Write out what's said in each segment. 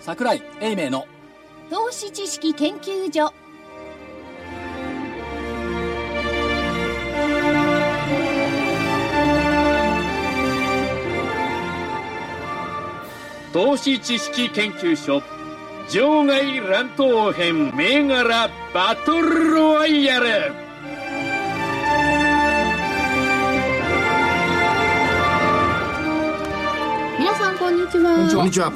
桜井英明の投資知識研究所投資知識研究所場外乱闘編銘柄バトルロワイヤル皆さんこんにちはこんにちは。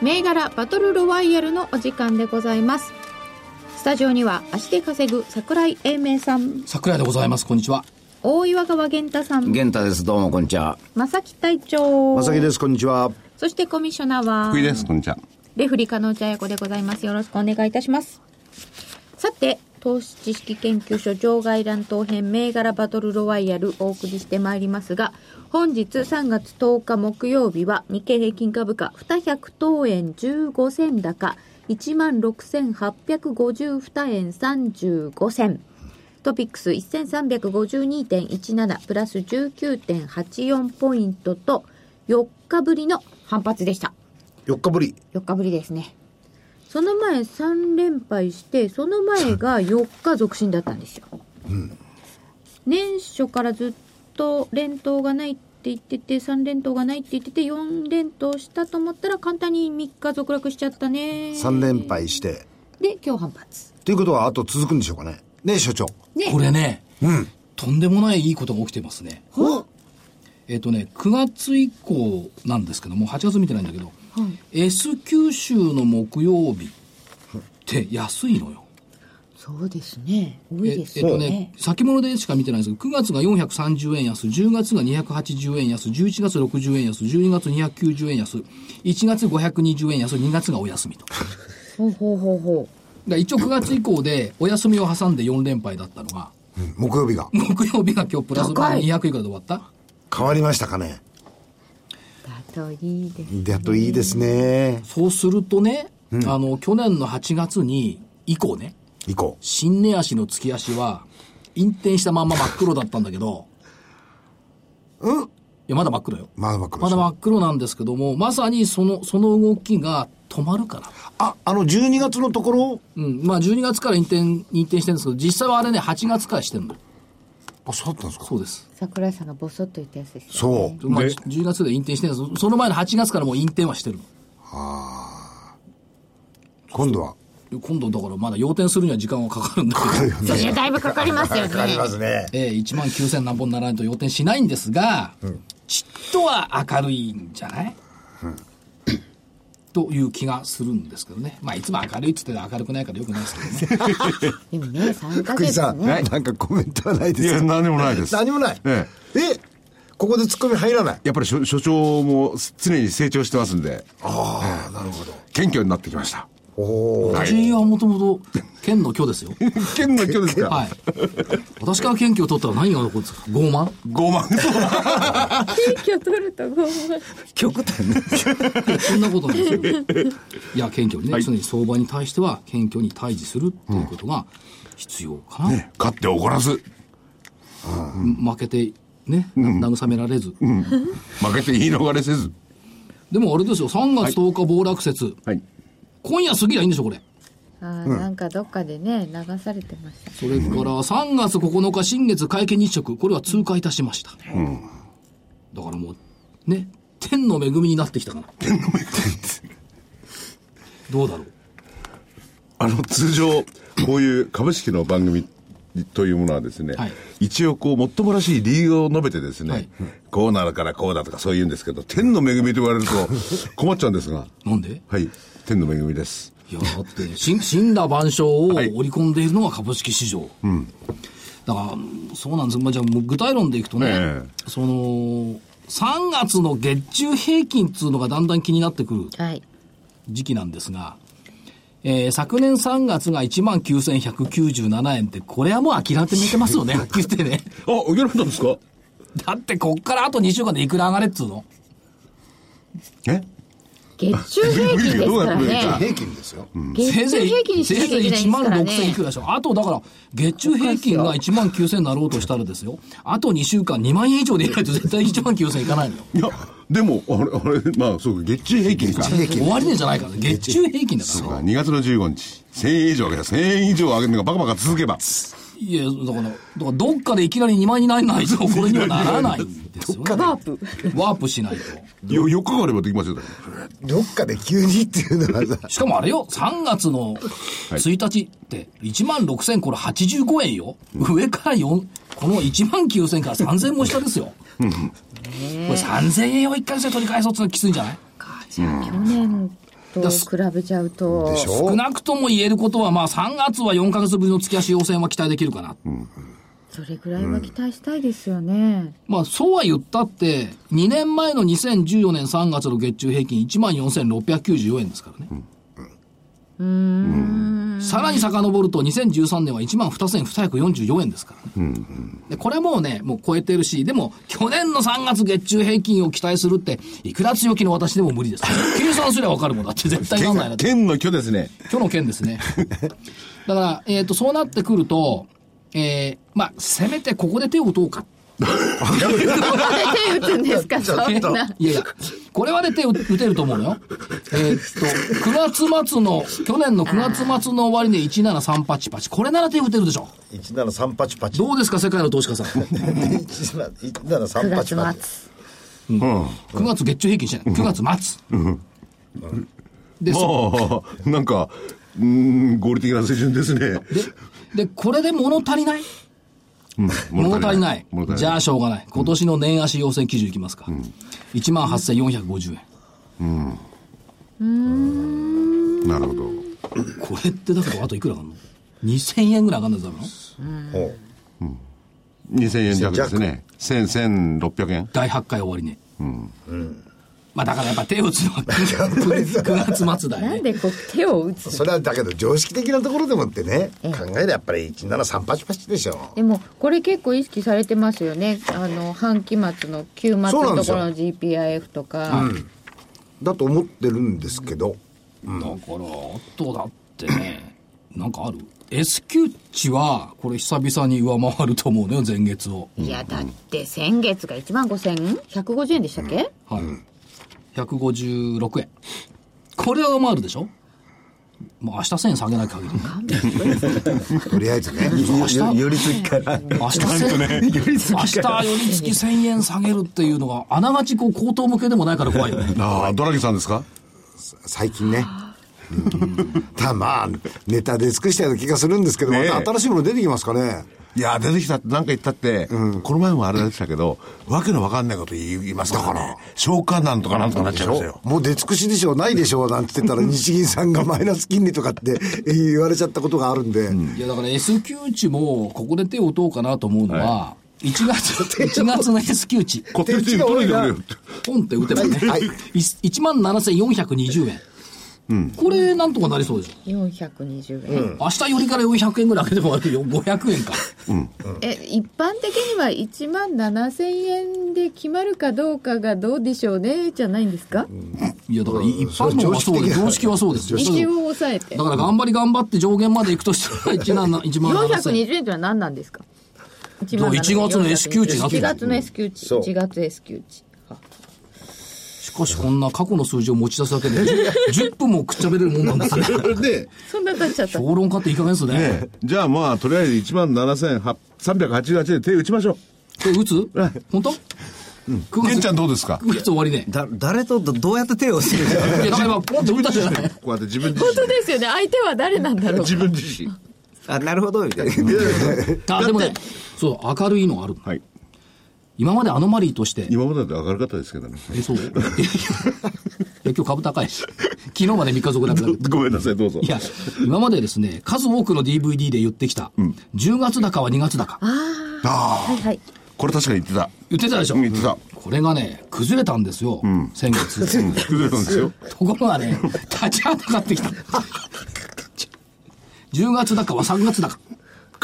銘柄バトルロワイヤルのお時間でございますスタジオには足で稼ぐ桜井英明さん桜井でございます。こんにちは。大岩川源太さん玄太です。どうも、こんにちは。正木隊長まさきです。こんにちは。そしてコミッショナーは福井です。こんにちは。レフリカの茶屋子でございます。よろしくお願いいたします。さて、投資知識研究所場外乱闘編銘柄バトルロワイヤルお送りしてまいりますが、本日3月10日木曜日は日経平均株価200等円15銭高、16,852円35銭。トピックス1352.17プラス19.84ポイントと4日ぶりの反発でした。 4日ぶり。 4日ぶりですねその前3連敗してその前が4日続伸だったんですよ、年初からずっと連投がないって言ってて3連投がないって言ってて4連投したと思ったら簡単に3日続落しちゃったね3連敗して。で今日反発ということは、あと続くんでしょうかね。ねえ、所長。ねこれね、うん。とんでもないいいことが起きてますね。ほえっ、とね、9月以降なんですけども、8月見てないんだけど、S 九州の木曜日って安いのよ。そうですね多いえでっすとよねね、先物でしか見てないんですけど、9月が430円安、10月が280円安、11月60円安、12月290円安、1月520円安、2月がお休みと。だかほうほうほうほら一応9月以降でお休みを挟んで4連敗だったのが、うん木曜日が。木曜日が今日プラス高い200いくらで終わった変わりましたかね。うだといいですだといいですね。そうするとね、あの、去年の8月に、以降ね、以降。新根足の突き足は、引転したまんま真っ黒だったんだけど、うんいや、まだ真っ黒よ。まだ真っ黒まですだ真っ黒なんですけども、まさにその、その動きが止まるから。あ、あの、12月のところ、うん。まあ、12月から引転、引転してるんですけど、実際はあれね、8月からしてるの。あ、そうだったんですかそうです。桜井さんがボソッと言ったやつですよねそう。まあ、で10月で引転してるんですその前の8月からもう引転はしてるの。今度は。で今度だからまだ要点するには時間はかかるんだけ ど。そりゃだいぶかかりますよねすね。えー、1万9000何本ならないと要点しないんですが、ちっとは明るいんじゃない、という気がするんですけどね。まあ、いつも明るいっつって明るくないからよくないですけどね。でもね3ヶ福井月さん、ねなんかコメントはないいですや、か何でもないです。何もない。ええここでツッコミ入らない。やっぱり所所長も常に成長してますんで、ああ、なるほど。謙虚になってきました。おお。私 はもともと、県の虚ですよ。 謙虚ですか、はい。私から県虚を取ったら何が残るんですか傲慢傲今慢。日取ると5万極端ね。そんなことない ですよ。いや、謙虚にね、常に相場に対しては謙虚に対峙するっていうことが必要かな。ね勝って怒らず、負けて、ね、慰められず。負けて言い逃れせず。でもあれですよ、3月10日暴落説。はい。今夜過ぎりゃいいんでしょ、これ。あーなんかどっかでね流されてましたそれから、3月9日、新月会見日食、これは通過いたしました。だからもう、ね、天の恵みになってきたかな。天の恵みどうだろう。あの、通常、こういう株式の番組というものはですね、はい一応こう、もっともらしい理由を述べてですね、はいこうなるからこうだとかそう言うんですけど、天の恵みと言われると困っちゃうんですが、なんではい、天の恵みです。いや、だって、し死んだ万象を織り込んでいるのが株式市場。だから、そうなんですまあ、じゃあ、もう具体論でいくとね、ええその、3月の月中平均っていうのがだんだん気になってくる。はい時期なんですが、えー昨年3月が19,197円って、これはもう諦めてますよね、はっきり言ってね。あ、いけなかったんですかだってこっからあと2週間でいくら上がれっつうのえ月中平均です からね。平均ですよ。月せいぜ中い平均にしせないきゃぜいいけない1んで万すから6000ねいく。らでしょ。あとだから、月中平均が1万9000になろうとしたらですよ。あと2週間2万円以上でいないと絶対1万9000いかないのよ。いや、でも、あれ、あれ、まあ、そうか、月中平均か。平終均。わりねじゃないからね。月中平均だからそうね。か、2月の15日、1000円以上上げた、1000円以上上げるのがバカバカ続けば。いや、だから、だからどっかでいきなり2万円にならないと、これにはならないんですよ、ね。ワープ。ワープしないと。よ、4日があればできますよ、だかどっかで急にっていうのはさ、しかもあれよ、3月の1日って、1万6000、これ85円よ。上から4、この1万9000から3000も下ですよ。これ3000円を1回で取り返そうってのはきついんじゃないじゃあ去年と比べちゃうとで。し少ょなくとも言えることは、まあ3月は4ヶ月ぶりの月足要請は期待できるかな。それぐらいは期待したいですよね。まあそうは言ったって、2年前の2014年3月の月中平均14,694円ですからね。さらに遡ると2013年は12,244円ですからね。でこれもうね、もう超えてるし、でも去年の3月月中平均を期待するって、いくら強気の私でも無理です。 計算すればわかるもんだって絶対なんないなら。って。県の挙ですね。今日の件ですね。だから、えっ、と、そうなってくると、えー、まあ、せめてここで手を打とうか。手打つんですか、そえんいな。やいや、これはね、手を打てると思うのよ。えーっと、9月末の、去年の9月末の終わりで17388。これなら手を打てるでしょ。 ?1738 パチパチ。どうですか、世界の投資家さん。9 1738 9パチパチ月。末。月月中平均してない。9月末。で、そああ、 なんか、うーん、合理的な水準ですね。で、で、これで物足りない物足りない。物足りじゃないあしょうがない。今年の年足要請基準いきますか。1万8450円。なるほど。これってだからあといくら上がんの ?2000 円ぐらい上がんないとダメなのほう2000円弱ですね。1000、1600円。第8回終わりね。うん。まあだからやっぱ手を打つのは 9月末だなよんね。でこう手を打つそれはだけど常識的なところでもってね、ええ考えればやっぱり173パチパチでしょ。でもこれ結構意識されてますよねあの半期末の旧末のそうなんでとすこよろの GPIF とか、だと思ってるんですけど、だから、あとだってね、 なんかある ?S q 値は、これ久々に上回ると思うのよ、前月を。いやだって先月が1万5150円でしたっけ、はい。156円。これは上回るでしょもう明日1000円下げなきゃ限りない。とりあえずね。よ寄り付きから。明日1000明日寄り付き1000円下げるっていうのが、あながちこう高騰向けでもないから怖いよね。ああ、ドラギさんですか最近ね。ただまあ、ネタで尽くしたような気がするんですけど、ねえまた新しいもの出てきますかね。いや、出てきたって、なんか言ったって、この前もあれでしたけど、わけのわかんないこと言いますからね。消化なんとかなんとかなっちゃいますよ。もう出尽くしでしょう、ないでしょう、なんて言ってたら、日銀さんがマイナス金利とかってえー言われちゃったことがあるんで、いや、だから S q 値も、ここで手を打とうかなと思うのは、1月、1月の S q 値。こっちに取られてくれよって。ポンって打てばね。はい1万7420円。これ、なんとかなりそうでしょ。 420円、明日よりから400円ぐらい上げてもらってよ500円か。え一般的には1万7000円で決まるかどうかがどうでしょうねじゃないんですか、いや、だから一般論はそうで、常識はそうですよ。一応抑えてだから頑張り頑張って上限まで行くとしたら1万7 1万7000 420円ってのは何なんですか1だから1月の S q 値になってる1月の S q 値そう1月 S q 値しかしこんな過去の数字を持ち出すだけで10 10分もくっちゃべれるもんなん ですよ。 で、そんな経っちゃった評論家っていい加減ですね。ねじゃあまあ、とりあえず1万7388で手打ちましょこれ打つ本当う。九ケン月ちゃんどうですか9月終わりね。だ、誰とどどうやって手をしてるいや、だから今ポンって打ったじ ゃない。こうやって自 分自本当ですよね相手は誰なんだろう身。自分自身。あ、なるほど、みたいな。あ、でもね、そう、明るいのある。はい。今までアノマリーとして、今までだと明るかったですけどね。 え、そう いや今日株高いし、昨日まで3日続落だけど。ごめんなさい、どうぞ。いや、今までですね、数多くの DVD で言ってきた、10月高は2月高。ああ、はいはいこれ確かに言ってた。言ってたでしょうん言って た。これがね、崩れたんですよ、先 月。うん崩れたんですよ。ところがね、立ち上がってき た。10月高は3月高。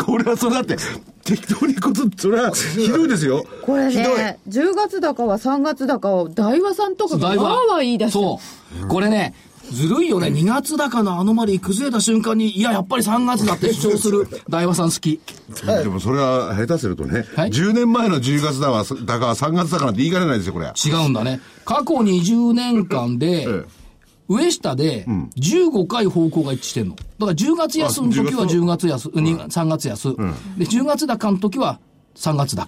これはそれだって、適当にこと、それは、ひどいですよ。これひどい。ね、10月だかは3月だかは、大和さんとかが、だいぶわーわー言い出した。そう。これね、ずるいよね。2月高のアノマリー崩れた瞬間に、いや、やっぱり3月だって主張す る大和さん好き。でもそれは下手するとね、はい10年前の10月だわ、だか3月だかなんて言いかねないですよ、これ。違うんだね。過去20年間で、ええ上下で15回方向が一致してんの。だから10月安の時はあ10月安、に3月安、で、10月高の時は3月高。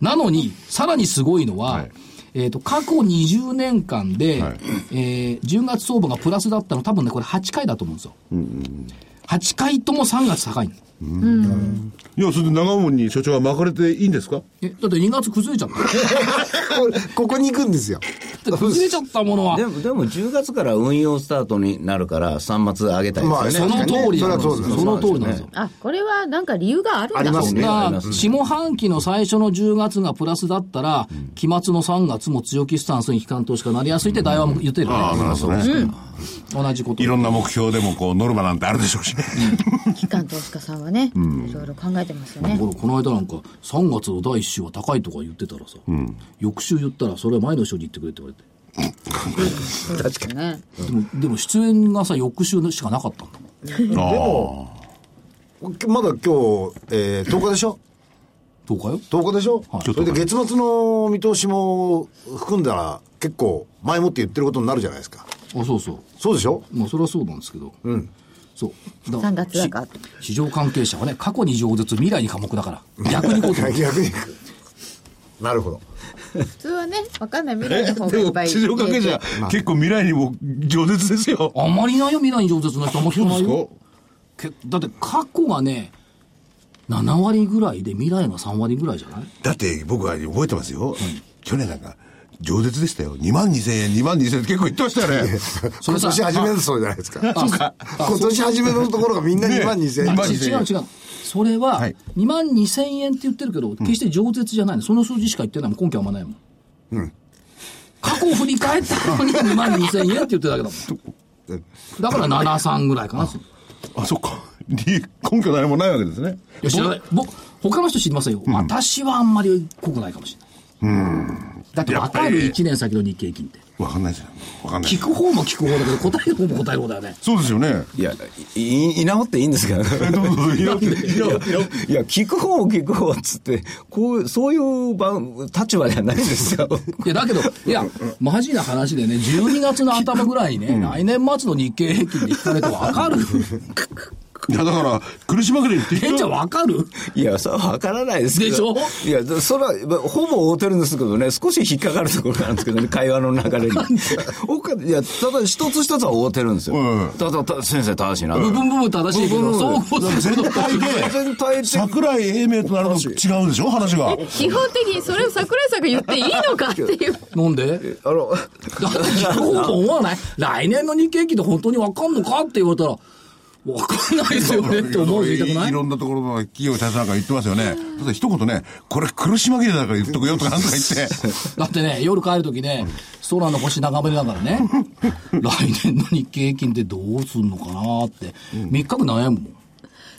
なのに、さらにすごいのは、はいえっと、過去20年間で、はいえー10月相場がプラスだったの多分ね、これ8回だと思うんですよ。8回とも3月高いの。いや、それで長門に所長は巻かれていいんですかえ、だって2月崩れちゃった。これここに行くんですよ。だって崩れちゃったものはで、も、でも10月から運用スタートになるから、3末上げたいですよそのね。通りなんですよ。それはそうですその通りなんですよ。あ、これはなんか理由があるんだありますねまありあます下半期の最初の10月がプラスだったら、期末の3月も強気スタンスに機関投資家になりやすいって大和も言ってるよね。そうですね。同じこと。いろんな目標でも、こう、ノルマなんてある でしょうしね。機関投資家さんはね、いろいろ考えてますよだねか。らこの間なんか、3月の第1週は高いとか言ってたらさ、翌週言ったら、それは前の週に言ってくれって言われ確かにね。て。でも、でも出演がさ、翌週しかなかったんだもん。でも、まだ今日、えー、10日でしょどうかよ。 10日でしょ、はいそれで月末の見通しも含んだら結構前もって言ってることになるじゃないですか。あ、そうそう。そうでしょまあ、それはそうなんですけど。そう。だ3月だかし市場関係者はね、過去に饒舌、未来に寡黙だから。逆にこうと思逆う。に。なるほど。普通はね、わかんない未来の方がでいっもぱい。市場関係者、結構未来にも饒舌ですよ。あんまりいないよ、未来に饒舌な人。あんま聞かないよ。けだって過去がね、7割ぐらいで未来が3割ぐらいじゃないだって僕は覚えてますよ。去年なんか、饒舌でしたよ。2万2千円、2万2千円って結構言ってましたよね。それ今さ年初めのそうじゃないですか。あそうか今年初めのところがみんな2万2000あ円。ねち違う違う。それははい、 2万2千円って言ってるけど、決して饒舌じゃないの。その数字しか言ってないもん。根拠あんまないもん。過去を振り返った のに2万2千円って言ってるだけだもん。だから7、3ぐらいかな。 あ、そっか。理由根拠何もないわけですね。いや、知らない。僕、他の人知りませんよ。私はあんまり濃くないかもしれない。だって分かる1年先の日経平均って。わかんないですよ。わかんない聞。く方も聞く方だけど、答える方も答える方だよね。そうですよ ね。いや、い、い、い直っていいんです かどうぞどうぞいやいやいやいや、聞く方も聞く方っつって、こう、そういう番、立場じゃないんですよ。いや、だけど、いや、マジな話でね、12月の頭ぐらいにね、来年末の日経平均で引かれて分かるいや、だから、苦しまくれってケンちゃんは分かるいや、それはわからないですけど。でしょいや、それは、まほぼ合うてるんですけどね、少し引っかかるところなんですけ どね、会話の流れに。おかいや、ただ一つ一つは合うてるんですよ。うんただ、た先生正しいな。部分部分正しいけど、部分そう部分こうすると絶対で、全体的に桜井英明となると違うでしょ話が。基本的にそれを桜井さんが言っていいのかっていう。なんであの、だって聞く方も思わない来年の日経平均で本当に分かんのかって言われたら、分かんないですよねって思う人いたくないいろんなところの企業に対してなんか言ってますよね。ただ一言ね、これ苦し紛れだから言っとくよとかなんとか言って。だってね、夜帰るときね、空の星眺めながらね、来年の日経平均ってどうすんのかなって、3日間悩むもん。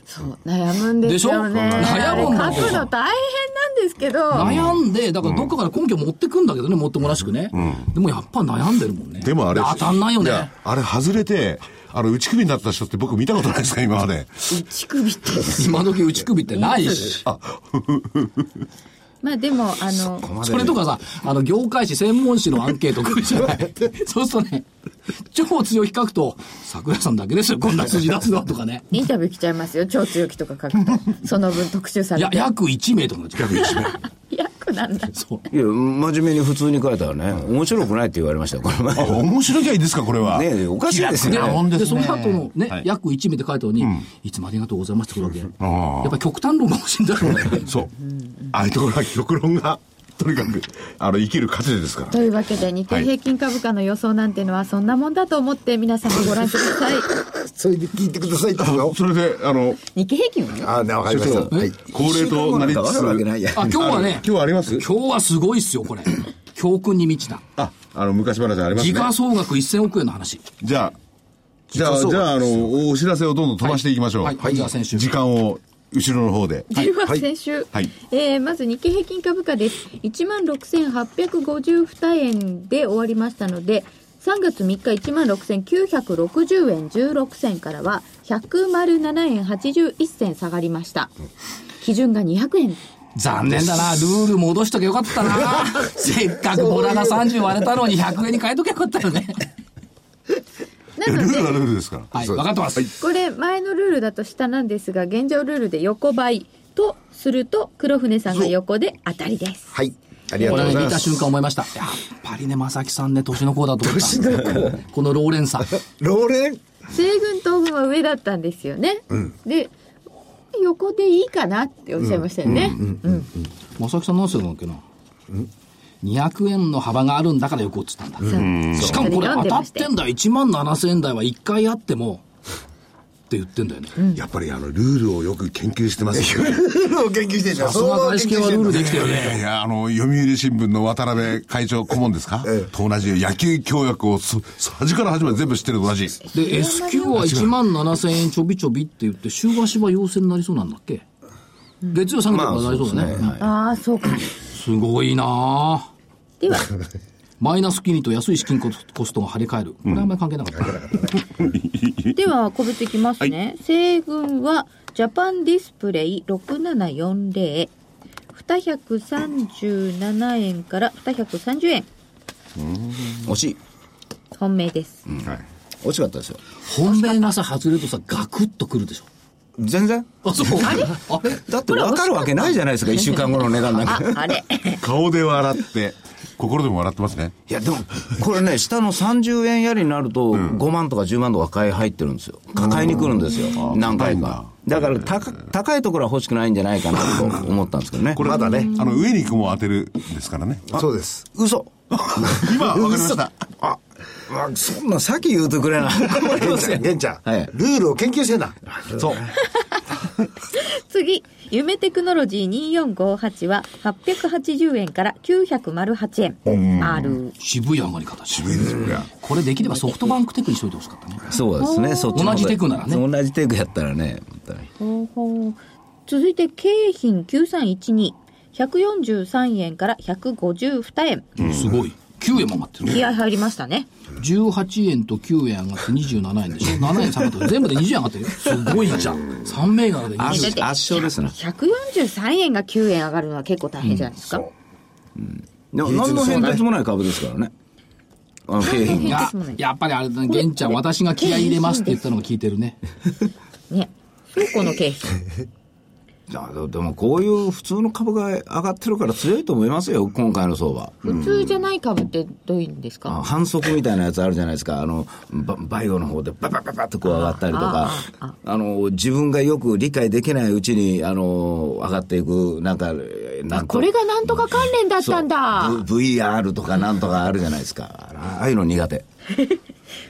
そう、悩むんですよね。でしょ悩むんだ書くの大変なんですけど。悩んで、だからどっかから根拠持ってくんだけどね、もっともらしくね。でもやっぱ悩んでるもんね。でもあれ。当たんないよねや。あれ外れて、あの、打ち首になった人って僕見たことないですか今まで。乳首って。今時打ち首ってないし。まあでも、あの、それとかさ、あの、業界誌、専門誌のアンケート来るじゃない。そうするとね、超強比較と、桜井さんだけですよ、こんな数字出すのとかね。インタビュー来ちゃいますよ。超強気とか書くと。その分特集さいれや、て。約1名とかになっちゃう。約1名。役なんだ。そう。いや、真面目に普通に書いたらね、面白くないって言われましたよ、この前あ、。面白きゃいいですかこれは。ねえおかしいですよね気楽なもんですねその後のね、約1名って書いたのに、いつもありがとうございますって来るわけ。やっぱり極端論が欲しいんだろうね。そう。ああいうところは極論が、とにかく、あの、生きる糧ですから。というわけで、日経平均株価の予想なんてのはそんなもんだと思って皆さんもご覧ください。それで聞いてくださいってことよそれで、あの、 日経平均はね、ああ、ねわかりまし所た。長はい。 恒例となりわつかつるわけないや。あ、今日はね、今日あります今日はすごいっすよ、これ。教訓に満ちた。あ、あの、昔話あります時ね。価総額1000億円の話。じゃあ、じゃ時あ、価総額じゃあ、あの、お知らせをどんどん飛ばしていきましょう。はいはいじゃあ先週時間を後ろの方で。では先週、はいえーまず日経平均株価です1万6852円で終わりましたので3月3日1万6960円16銭からは107円81銭下がりました基準が200円残念だな、ルール戻しときゃよかった な。せっかくボラが30割れたのに100円に変えときゃよかったよ ね。なルのールはでルールですから。はい、分かってます。これ前のルールだと下なんですが現状ルールで横ばいとすると黒船さんが横で当たりですはい。ありがことれうごね、ざ見いまたす瞬。間思いました。やっぱりね、正木さんね、年の子だと思った。この老練さ。ローレン西軍東軍は上だったんですよね、で横でいいかなっておっしゃいましたよね、うん正木さん何歳なんだっけな。200円の幅があるんだからよこっつったんだ。しかもこれ当たってんだよ。1万7000円台は1回あっても、って言ってんだよね。やっぱりあの、ルールをよく研究してます よね。ルールを研究してんだ。さすが外資系はルールできてるいね。やいや、あの、読売新聞の渡辺会長顧問ですか、と同じように野球協約をそそ端から端まで全部知ってると同じ。で S q は1万7000円ちょびちょびって言って週足は陽性になりそうなんだっけ月曜下げてからなりそうだね,、すああそうかごいなあで はマイナス金利と安い資金コスコストが張り替えるこれはあんまり関係なかった、では個別いきますね、西軍はジャパンディスプレイ6740 237円から230円惜しい。本命です、惜しかったですよ。本命がさ外れるとさガクッとくるでしょ全然あそうあれだって分かるわけないじゃないですか、1週間後の値段なんあか。あれ顔で笑って、心でも笑ってますね。いや、でも、これね、下の30円やりになると、5万とか10万とか買い入ってるんですよ。買いに来るんですよ、何回か。だから高、高いところは欲しくないんじゃないかなと思ったんですけどね。これ、まだね。あの、上に行くも当てるんですからね。そうです。嘘。今、わかりました。あ、わそんな先言うてくれない。困り玄まちすゃよん、玄ちゃん。はいルールを研究してんだ。そう。次夢テクノロジー2458は880円から908円ある渋い上がり方渋いですこれできればソフトバンクテクにしといてほしかったねそうですね、そっちの方が同じテクならね同じテクやったらね、本当にほうほう続いて京浜9312 143円から152円すごい9円も上がってる気合入りましたね18円と9円上がって27円でしょ7円下がってる全部で20円上がってるよすごいじゃん3銘柄で20円圧圧勝ですね。 143円が9円上がるのは結構大変じゃないですか、でも何の変哲もない株ですからね。あの、経費いに。や、やっぱりあれだね、玄ちゃん、私が気合い入れますって言ったのが聞いてるね。ね倉庫の経 費いやでもこういう普通の株が上がってるから強いと思いますよ、今回の相場。普通じゃない株ってどういうんですか、あ反則みたいなやつあるじゃないですか、あのババイオの方で、ばばばばってこう上がったりとか、あの自分がよく理解できないうちにあの上がっていく、なんか、えーなんとこれがなんとか関連だったんだそう V- VR とかなんとかあるじゃないですか、ああいうの苦手、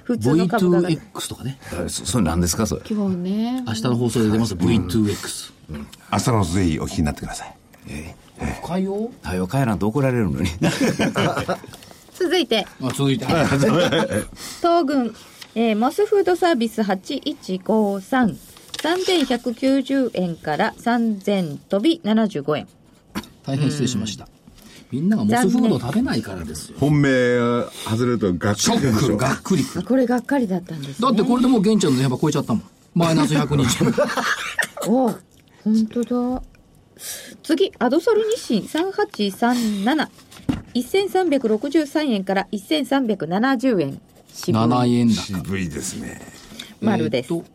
普通の株価が V2X とかね。あそそれ、なんですか、それ。今日ね明日の放送で出ます V2X。明日のぜひお聞きになってください。深いよ。はよ帰らんと怒られるのに。続いてまあ、続いて。東軍、えーモスフードサービス8153。3190円から3000飛び75円。大変失礼しました。みんながモスフード食べないからですよ。本命外れるとガッショック、がっくり。あこれがっかりだったんです、だね。ってこれでもう玄ちゃんの値幅超えちゃったもん。マイナス120。おう本当だ。次、アドソル日清3837。1363円から1370円。渋い7円だ。渋いですね。丸ですえー。と、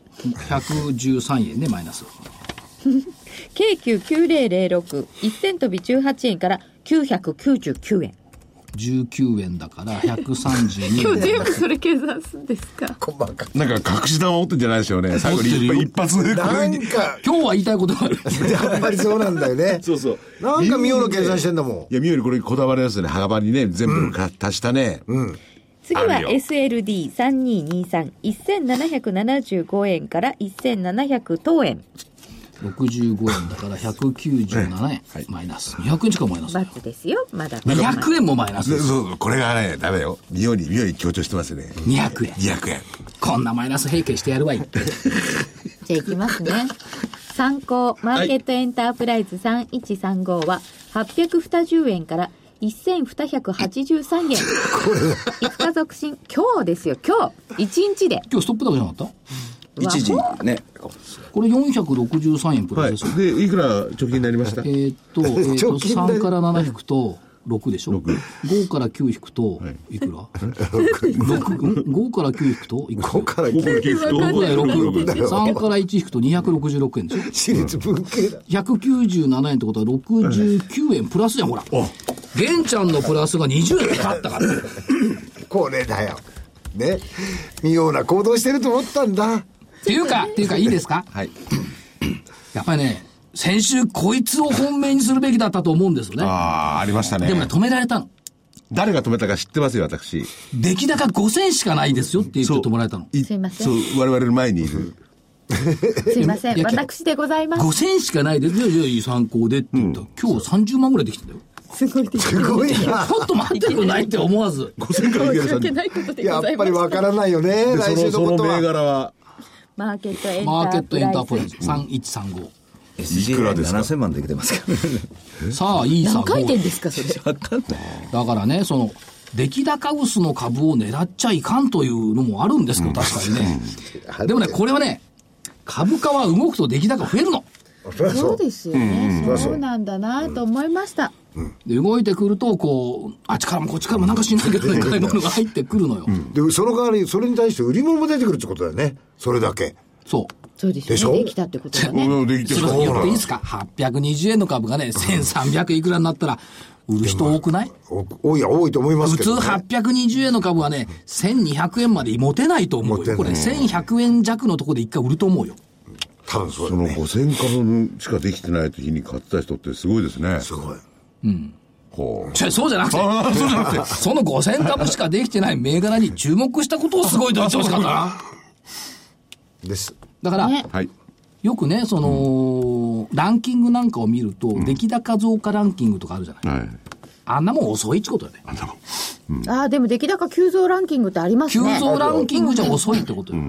113円ね、マイナス。京急9006。1000飛び18円から999円。 19円だから132円。 全部それ計算すんですかなんか隠し玉持ってんじゃないですよ ね。最後に一一発でこなれんに。か、今日は言いたいことがある。やっぱりそうなんだよね。そうそう。なんか妙な計算してんだもんいや、みよりこれこだわりますよね。幅にね、全部か足したね。次はあるよ SLD3223、1775円から1700等円。 65円だから197円。 マイナス。200円しかマイナスだよ。罰ですよ、まだ。 200円もマイナスでです。そうそう、これがね、ダメよ。みより、みより強調してますよね。 200円。 200円。こんなマイナス平均してやるわいって。 じゃあいきますね。参考マーケットエンタープライズ3135は820円から1283円。5日続進、今日ですよ、今日。1日で。今日ストップ高じゃなかっ一時ね。たこれ463円プラはスいですよ、。で、いくら貯金になりましたえーっと、えーっと、 直近で3から7引くと、6でしょ ?5 から9引くと、いくら ?5 から9引くと、いくらここから聞いて6だよ、6。だよ3から1引くと266円でしょ私立文系だ。 197円ってことは69円プラスじゃん、ほら。玄ちゃんのプラスが20円かかったから。これだよ。ね。妙な行動してると思ったんだ。っていうか、っていうか、いいですかはい。やっぱりね、先週こいつを本命にするべきだったと思うんですよね。ああ、ありましたねで。もね、止められたの。誰が止めたか知ってますよ、私。出来高5000しかないですよって言って止められたの。すいませんそう、我々の前にい る。すいませいん、や私でございます。 5000しかないですよ、じゃあいい参考でって言ったら、今日30万ぐらいできたんだよ。すごいです。すごいなち。ょっと待ってくれないって思わず。 5000から池申し田さんに訳ないことでやごっざいぱまりわす。からないよね。で、来その、週のそこのと銘は。柄は、マーケットエンタープライズ。マーケットエンタープライズ3135。いくらですか ?7000 万できてますからね。さあ、いいさ何回転だですか、それ。わかんない。からね、その、出来高薄の株を狙っちゃいかんというのもあるんですけど、確かに ね。でもね、これはね、株価は動くと出来高増えるの。そりゃそそううですよね、そうなんだなと思いました、で動いてくると、こう、あっちからもこっちからもなんかしないけどね、買い物が入ってくるのよ。で、その代わり、それに対して売り物も出てくるってことだよね。それだけ。そう。そうですでしょよねできたってことだねうんできてすいるません、そ言うっなていいのですか ?820 円の株がね、1300いくらになったら、売る人多くないお多いや、多いと思います普け通ど、ね。 820円の株はね、1200円まで持てないと思う持てなよ。いこれ1100円弱のところで一回売ると思うよ。多分そうそだのね。 5000株しかできてない日に買ってた人ってすごいですね。すごい。こう。ちょそうじゃなくて、ああ、そうじゃなくて。その5000株しかできてない銘柄に注目したことをすごいと言ってほしかったな。です。だから、ねはい。よくね、その、ランキングなんかを見ると、出来高増加ランキングとかあるじゃない。はい。あんなもん遅いってことよね。ああでも出来高急増ランキングってあります急ね増ランキングじゃ遅いってことよ。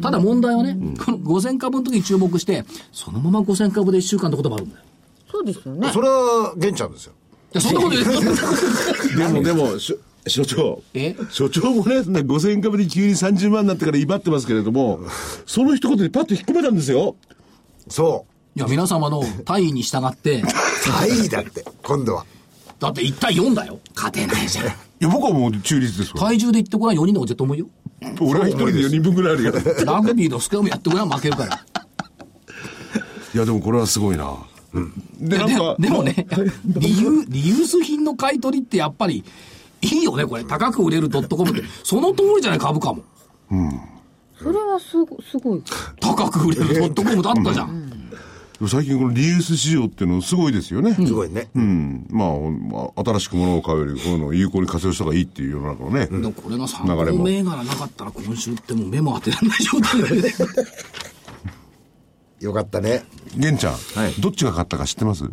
ただ問題はね、この5000株の時に注目して、そのまま5000株で1週間ってこともあるんだよ。そうですよねそれは、玄ちゃんですよ。いや、そんなこと言う でも、でも、しょ所長。え所長もね、な5000株で急に30万になってから威張ってますけれども、その一言でパッと引っ込めたんですよ。そいや、皆様の大意に従って、う。はい、だって、今度は。だって1対4だよ。勝てないじゃん。いや、僕はもう中立ですから。体重で言ってごらん4人の方が絶対重いよ。俺は一人で4人分ぐ らいあるよ。ラグビーのスクラムやってごらん負けるから。いや、でもこれはすごいな。で、なんでか、でもね、リユリユース品の買い取りってやっぱり、いいよね、これ。高く売れるドットコムって。その通りじゃない、株価も。それはすごすごい高く売れるドットコムだったじゃん。最近このリユース市場っていうのすごいですよね。すごいね。うん。まあ、まあ新しく物を買うより、こういうのを有効に活用した方がいいっていう世の中のね。でもこれが参流れ考も銘柄なかったら今週ってもう目も当てられない状態だよね。よかったね。玄ちゃん、はいどっちが買ったか知ってます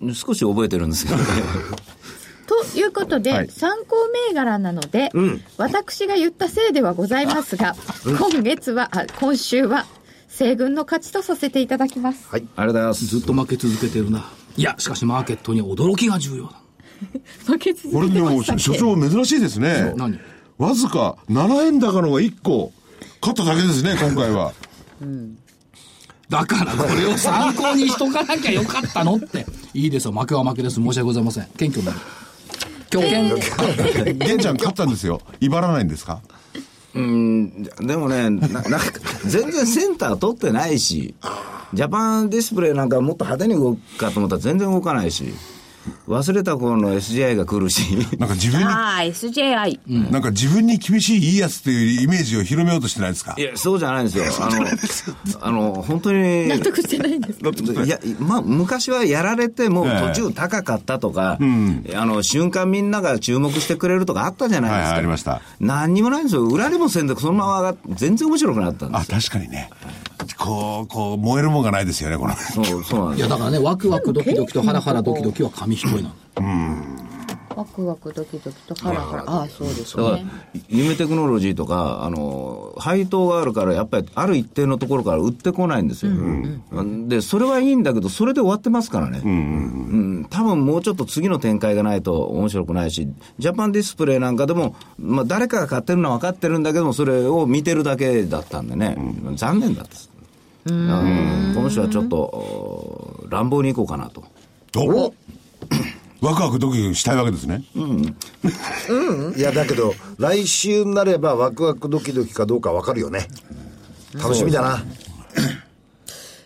少し覚えてるんですけ どね。ということで、はい参考銘柄なので、私が言ったせいではございますが、今月はあ今週は西軍の勝ちとさせていただきますありがとうございます。ずっと負け続けてるな。いや、しかしマーケットには驚きが重要だ。負け続これけでてまも、した所っけ長珍しいですね。何わずか7円高のが1個、買っただけですね、今回は。だからこれを参考にしとかなきゃよかったのって。いいですよ、負けは負けです。申し訳ございません。謙虚になる。狂犬。玄ちゃん買ったんですよ。威張らないんですかうん、でもね、ななんか、全然センター取ってないし、ジャパンディスプレイなんかもっと派手に動くかと思ったら全然動かないし、忘れた頃の SGI が来る し、なんか自分に、ああ SJI なんか自分に厳しいいいやつっていうイメージを広めようとしてないですかいや、そうじゃないんですよ。あの、あの、本当に、納得してないんですいや、まあ、昔はやられてもええ途中高かったとか、あの、瞬間みんなが注目してくれるとかあったじゃないですか。はいありました何にもないんですよ。売られもせんで、そのまま上がっ全然面白くなかったんであ、す確かにね。こう、こう、燃えるもんがないですよね、この。よ。そう、そうなんいでや、すよ。だからね、ワクワクドキドキとハラハラドキドキは紙一重なの。ワクワクドキドキとハラハラ。ああ、そうですだからね。、夢テクノロジーとか、あの、配当があるから、やっぱりある一定のところから売ってこないんですよ。で、それはいいんだけど、それで終わってますからね。うん多分もうちょっと次の展開がないと面白くないし、ジャパンディスプレイなんかでも、まあ、誰かが買ってるのは分かってるんだけども、それを見てるだけだったんでね、残念だったです。あの今週はちょっと、お乱暴に行こうかなと。おワクワクドキドキしたいわけですね。いや、だけど、来週になればワクワクドキドキかどうかわかるよね。楽しみだな。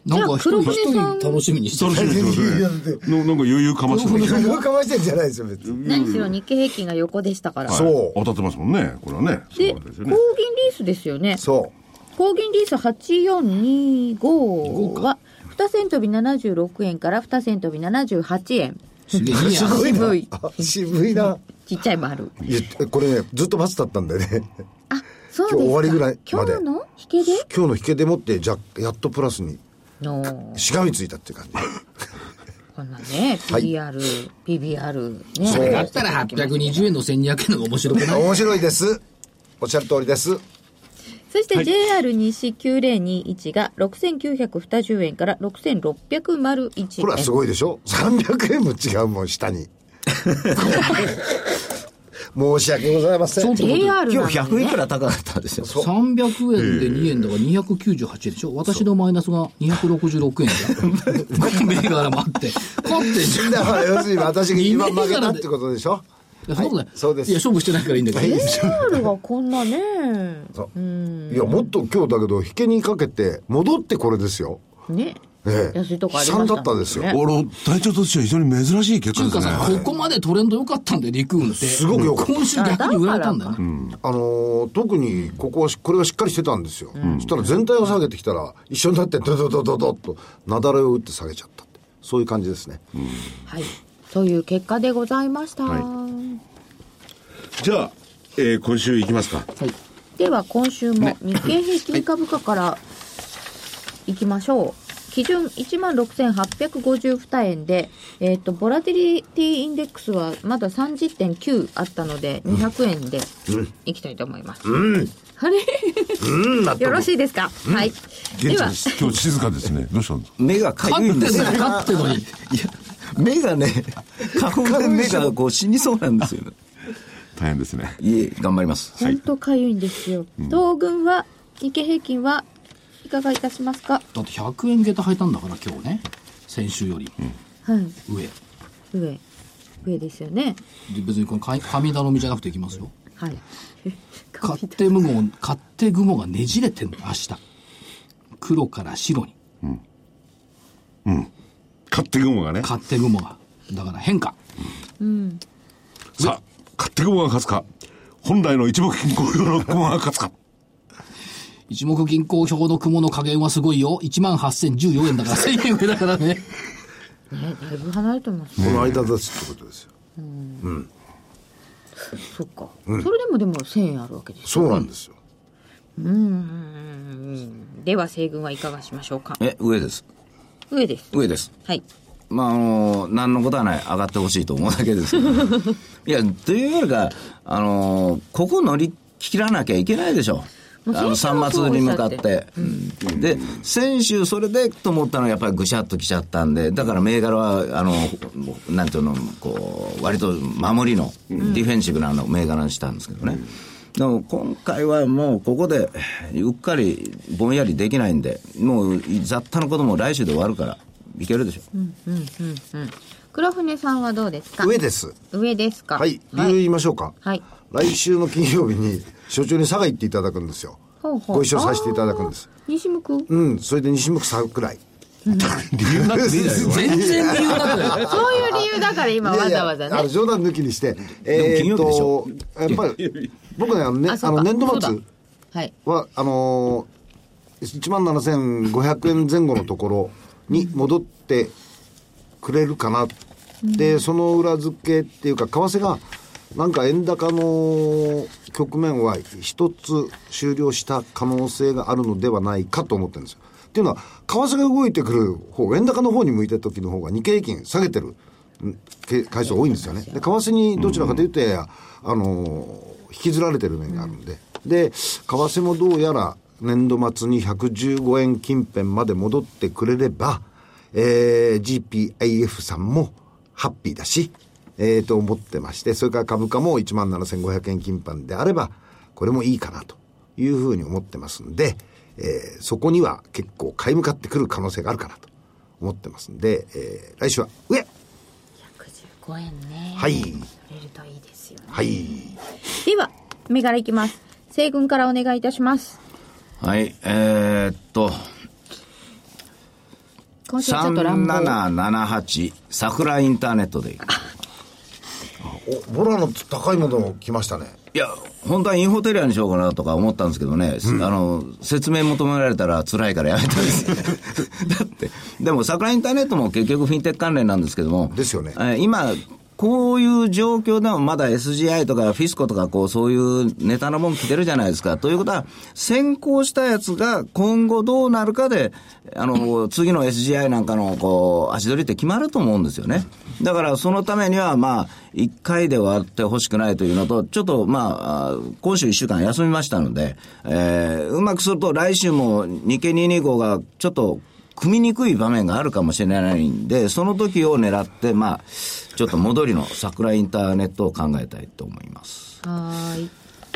なんか一人黒一船人さん楽しみにしてる楽しみですよね。のなんか余裕かましてる。僕はかましてんじゃないですよ、別に。何しろ日経平均が横でしたから。そう当たってますもんね。これはね。で、そう高銀ですリよね。ースですよね。そ高銀リース8425は、2千飛び76円から2千飛び78円。すげえいいやう。渋い。あ渋いな。ちっちゃい丸。いやこれね、ずっと待ってたったんだよね。あ、そうですか。今日終わりぐらい今まで日の引けで今日の引けでもって、じゃ、やっとプラスに、の、しがみついたっていう感じ。こんなね、はい PBR、PBR、ね。そうだったら820円の1200円のが面白くない面白いです。おっしゃる通りです。そして JR 西9021が6920円から6601円。これはすごいでしょ ?300 円も違うもん、下に。申し訳ございません。 JR 今なの日に100いねくら高かったですよ。 300円で2円だから298円でしょ私のマイナスが266円だ銘柄もあって勝ってんじゃんだから要するに私が今負けたってことでしょいやそんなことないそうですいや勝負してないからいいんだけど、 JR がこんなね、そういやもっと今日だけど引けにかけて戻ってこれですよね、ええ安いとこありましたね悲惨だったですよね俺、体調としては非常に珍しい結中果華ですね。さん、ここまでトレンド良かったんで、陸運って。すごく良かった今週逆に売られたんだよね。あのー特にここはしこれがしっかりしてたんですよ、そしたら全体を下げてきたら一緒になってドドドドドッとなだれを打って下げちゃったってそういう感じですね、はい。という結果でございました。じゃあ、えー今週いきますか。はい。では今週も日経平均株価からいきましょう。基準16,852円で、えっ、と、ボラティリティインデックスはまだ30.9あったので、200円でいきたいと思います。あれ よろしいですか、はい。現で地はで、す今日静かですね。どうしたんですか目がかゆいん勝ってんですよのに、。勝ってんのに。いや、目がね、花粉で目がこう死にそうなんですよね。大変ですね。いえ、頑張ります。ほんとかゆいんですよ。東軍は、日経平均はいかがいたしますかだって100円下駄履いたんだから、今日ね。先週よりはい。上。で上。上ですよね。別にこの紙紙頼みじゃなくていきますよ。はい。勝手無言、勝手雲がねじれてんの、明日。黒から白に。勝手雲がね。勝手雲が。だから変化。さあ、勝手雲が勝つか。本来の一目金衡用の雲が勝つか。一目銀行表の雲の加減はすごいよ。18,014円だから、1000円上 だからね。ね、だいぶ離れてます。この間だしってことですよそっか、それでもでも1000円あるわけです。そうなんですよ、うんでは、西軍はいかがしましょうか。え、上です。上です。上です。はい。まあ、あの、何のことはない。上がってほしいと思うだけですけど。 いや、というよりか、あの、ここ乗り切らなきゃいけないでしょ。もうあの、先週も3そう末に向かおっ。っしゃってで、先週それでと思ったのはやっぱりぐしゃっときちゃったんで、だから銘柄は、あの、なんていうの、こう、割と守りの、ディフェンシブなの銘柄にしたんですけどね。でも今回はもうここで、うっかりぼんやりできないんで、もう雑多なことも来週で終わるから、いけるでしょ。うんうんうん。黒船さんはどうですか上です上ですかはい理は由言い。いましょうか、はい来週の金曜日に所長に佐賀行っていただくんですよほうほうご一緒させていただくんですあー西向くうんそれで西向桜井理由になってねえじゃん。全然理由なくない。そういう理由だから今わざわざいやいやあのね。冗談抜きにして、金曜日でしょえーっと、 やっぱり、僕ね、あのねああそうかの年そう度だ末はい。は、あのー、1万7500円前後のところに戻ってくれるかな。で、その裏付けっていうか、為替が、なんか円高の局面は一つ終了した可能性があるのではないかと思ってるんですよ。っていうのは、為替が動いてくる方、円高の方に向いた時の方が日経平均下げてる。け回数多いんですよね。で、為替にどちらかというと、ややあのー引きずられてる面があるんで。で、為替もどうやら年度末に115円近辺まで戻ってくれれば、えー、GPIF さんもハッピーだし、えー、と思ってまして、それから株価も17,500円近辺であれば、これもいいかなというふうに思ってますんで、えーそこには結構買い向かってくる可能性があるかなと思ってますんで、えー来週は上115円ねはい取れるといいですよねはい。では目からいきます西軍からお願いいたしますはい、えー、っと、今週はちょっと乱暴3778桜インターネットでいく。お、ボラの高いもの来ました ね。いや、本当はインフォテリアにしようかなとか思ったんですけどね、あの、説明求められたら辛いからやめたん ですよだって、でも桜インターネットも結局フィンテック関連なんですけども。ですよねえー今、こういう状況でもまだ SGI とかフィスコとかこうそういうネタのもん来てるじゃないですか。ということは、先行したやつが今後どうなるかで、あの、次の SGI なんかのこう、足取りって決まると思うんですよね。だからそのためにはまあ、一回で終わってほしくないというのと、ちょっとまああー、今週一週間休みましたので、えーうまくすると来週も日経225がちょっと組みにくい場面があるかもしれないんで、その時を狙って、まあ、ちょっと戻りの桜インターネットを考えたいと思います。はーい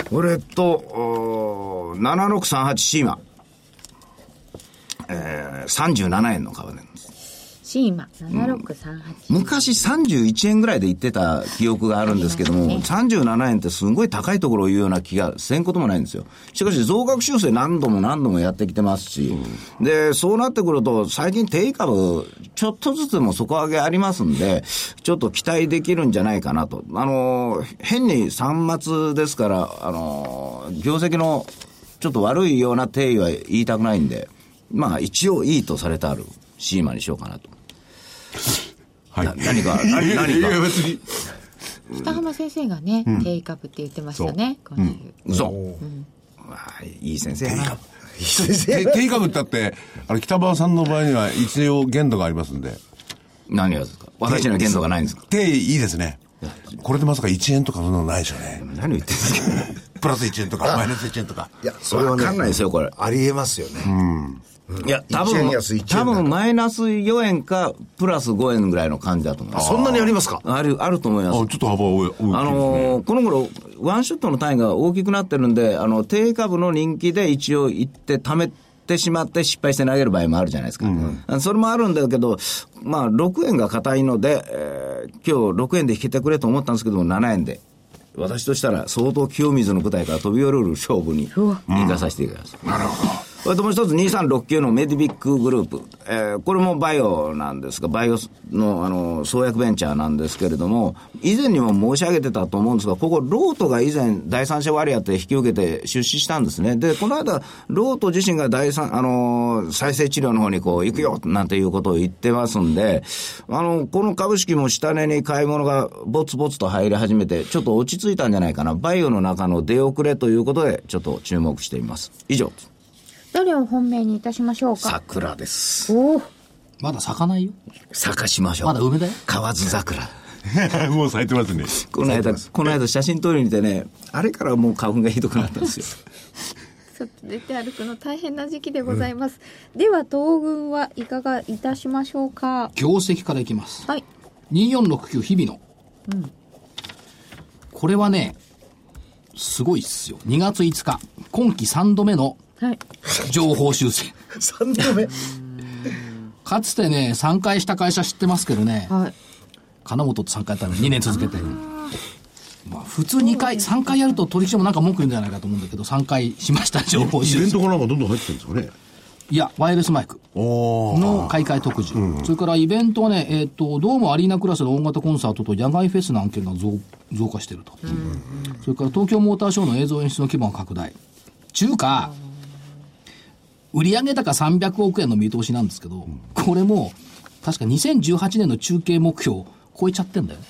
これと、おー7638シーマ。えー、37円の株なんです。シーマ7638、昔31円ぐらいで行ってた記憶があるんですけども、37円ってすごい高いところを言うような気がせんこともないんですよ。しかし増額修正何度も何度もやってきてますし、で、そうなってくると最近定位株ちょっとずつも底上げありますんで、ちょっと期待できるんじゃないかなと。あの、変に3末ですから、あの、業績のちょっと悪いような定位は言いたくないんで、まあ一応いいとされてあるシーマにしようかなと。はいな何か、 何何いやか。別に北浜先生がね、定株って言ってましたね今週、嘘。まあいい先生やな。て定株ってだってあの北川さんの場合には一応限度がありますんで何がですか私の限度がないんですか定いいですねこれでまさか1円とかそんなのないでしょうね何を言ってんですか プラス1円とかマイナス1円とかいや、それはわね。かんないですよ、これ。ありえますよね。いや、多一円分安一、円多高分マイナス4円か、プラス5円ぐらいの感じだと思います。そんなにありますかある、あると思いあます。ちょっと幅多い大きいですね、あのーこの頃、ワンショットの単位が大きくなってるんで、あの、低株の人気で一応行って貯めてしまって失敗して投げる場合もあるじゃないですか。それもあるんだけど、まあ、6円が硬いので、えー今日6円で引けてくれと思ったんですけども、7円で。私としたら相当清水の舞台から飛び降りる勝負に行かさせていただきます。それともう一つ、2369のメディビックグループ、えーこれもバイオなんですが、バイオのあの創薬ベンチャーなんですけれども、以前にも申し上げてたと思うんですが、ここ、ロートが以前、第三者割り当て引き受けて出資したんですね、で、この間、ロート自身が第三、あのー再生治療の方にこう行くよなんていうことを言ってますんで、あのこの株式も下値に買い物がぼつぼつと入り始めて、ちょっと落ち着いたんじゃないかな、バイオの中の出遅れということで、ちょっと注目しています。以上どれを本命にいたしましょうか桜です。おおまだ咲かないよ。咲かしましょう。まだ梅だよ。河津桜。 もう咲いてますね。この間、この間写真撮りに行ってね、あれからもう花粉がひどくなったんです よ。外出て歩くの大変な時期でございます、では東軍はいかがいたしましょうか業績からいきます。はい2469日々の。これはね、すごいっすよ。2月5日、今期3度目のはい情報修正。 3度目。かつてね、3回した会社知ってますけどね、はい金本と3回やったの2年続けて。まあ、普通2回、3回やると取引所もなんか文句言うんじゃないかと思うんだけど、3回しました、情報イ修ベン正ト。かなんかどんどん入ってるんですかね。いや、ワイヤレスマイク。おー。の開会特需、それからイベントはね、えっとドームアリーナクラスの大型コンサートと野外フェスの案件が増増加してると、それから東京モーターショーの映像演出の規模が拡大中華売上高300億円の見通しなんですけど、これも確か2018年の中継目標を超えちゃってんだよね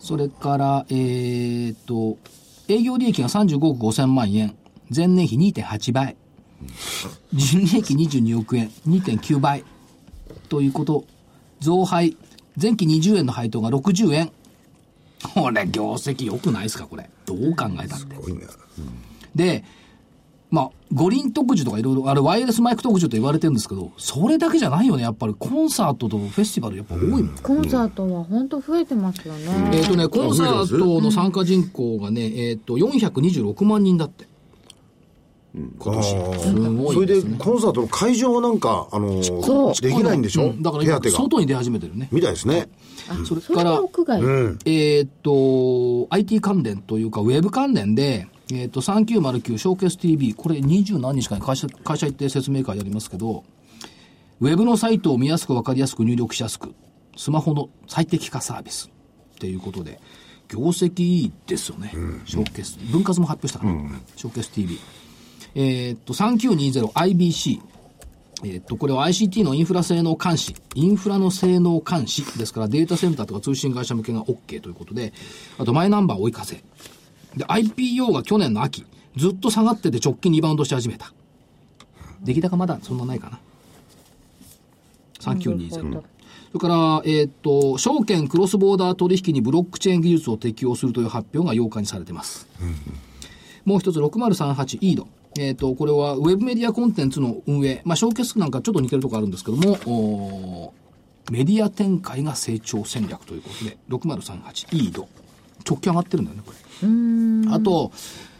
それからえーっと営業利益が35億5000万円前年比2.8倍純利益22億円2.9倍ということ増配前期20円の配当が60円。これ、業績良くないですか、これ。どう考えたって。多いんだよで、まあ、五輪特需とかいろいろ、あれ、ワイヤレスマイク特需と言われてるんですけど、それだけじゃないよね、やっぱり。コンサートとフェスティバル、やっぱ多いもん。コンサートは本当増えてますよね。えっ、とね、コンサートの参加人口がね、えっ、と、426万人だって。今年。すごそいでれですね。コンサートの会場はなんか、あのそうできないんでしうょ、んだから手今当てが。外に出始めてるね。みたいですね。それそれから、は屋外。えーっと、IT 関連というか、ウェブ関連で、えーっと、3909ショーケース TV、これ20何日かに会社、会社行って説明会やりますけど、ウェブのサイトを見やすくわかりやすく入力しやすく、スマホの最適化サービスっていうことで、業績いいですよね。ショーケース。分割も発表したから、ショーケース TV。えーっと、3920IBC。えーっと、これは ICT のインフラ性能監視、インフラの性能監視ですから、データセンターとか通信会社向けが OK ということで、あとマイナンバー追い風。で、IPO が去年の秋、ずっと下がってて直近リバウンドし始めた。出来高まだそんなないかな。なるほ3920ど。それから、えーっと、証券クロスボーダー取引にブロックチェーン技術を適用するという発表が8日にされてます。もう一つ6038イード。えっ、と、これはウェブメディアコンテンツの運営。まあ、ショーケースなんかちょっと似てるとこあるんですけども、おーメディア展開が成長戦略ということで、6038イード。直近上がってるんだよね、これ。あと、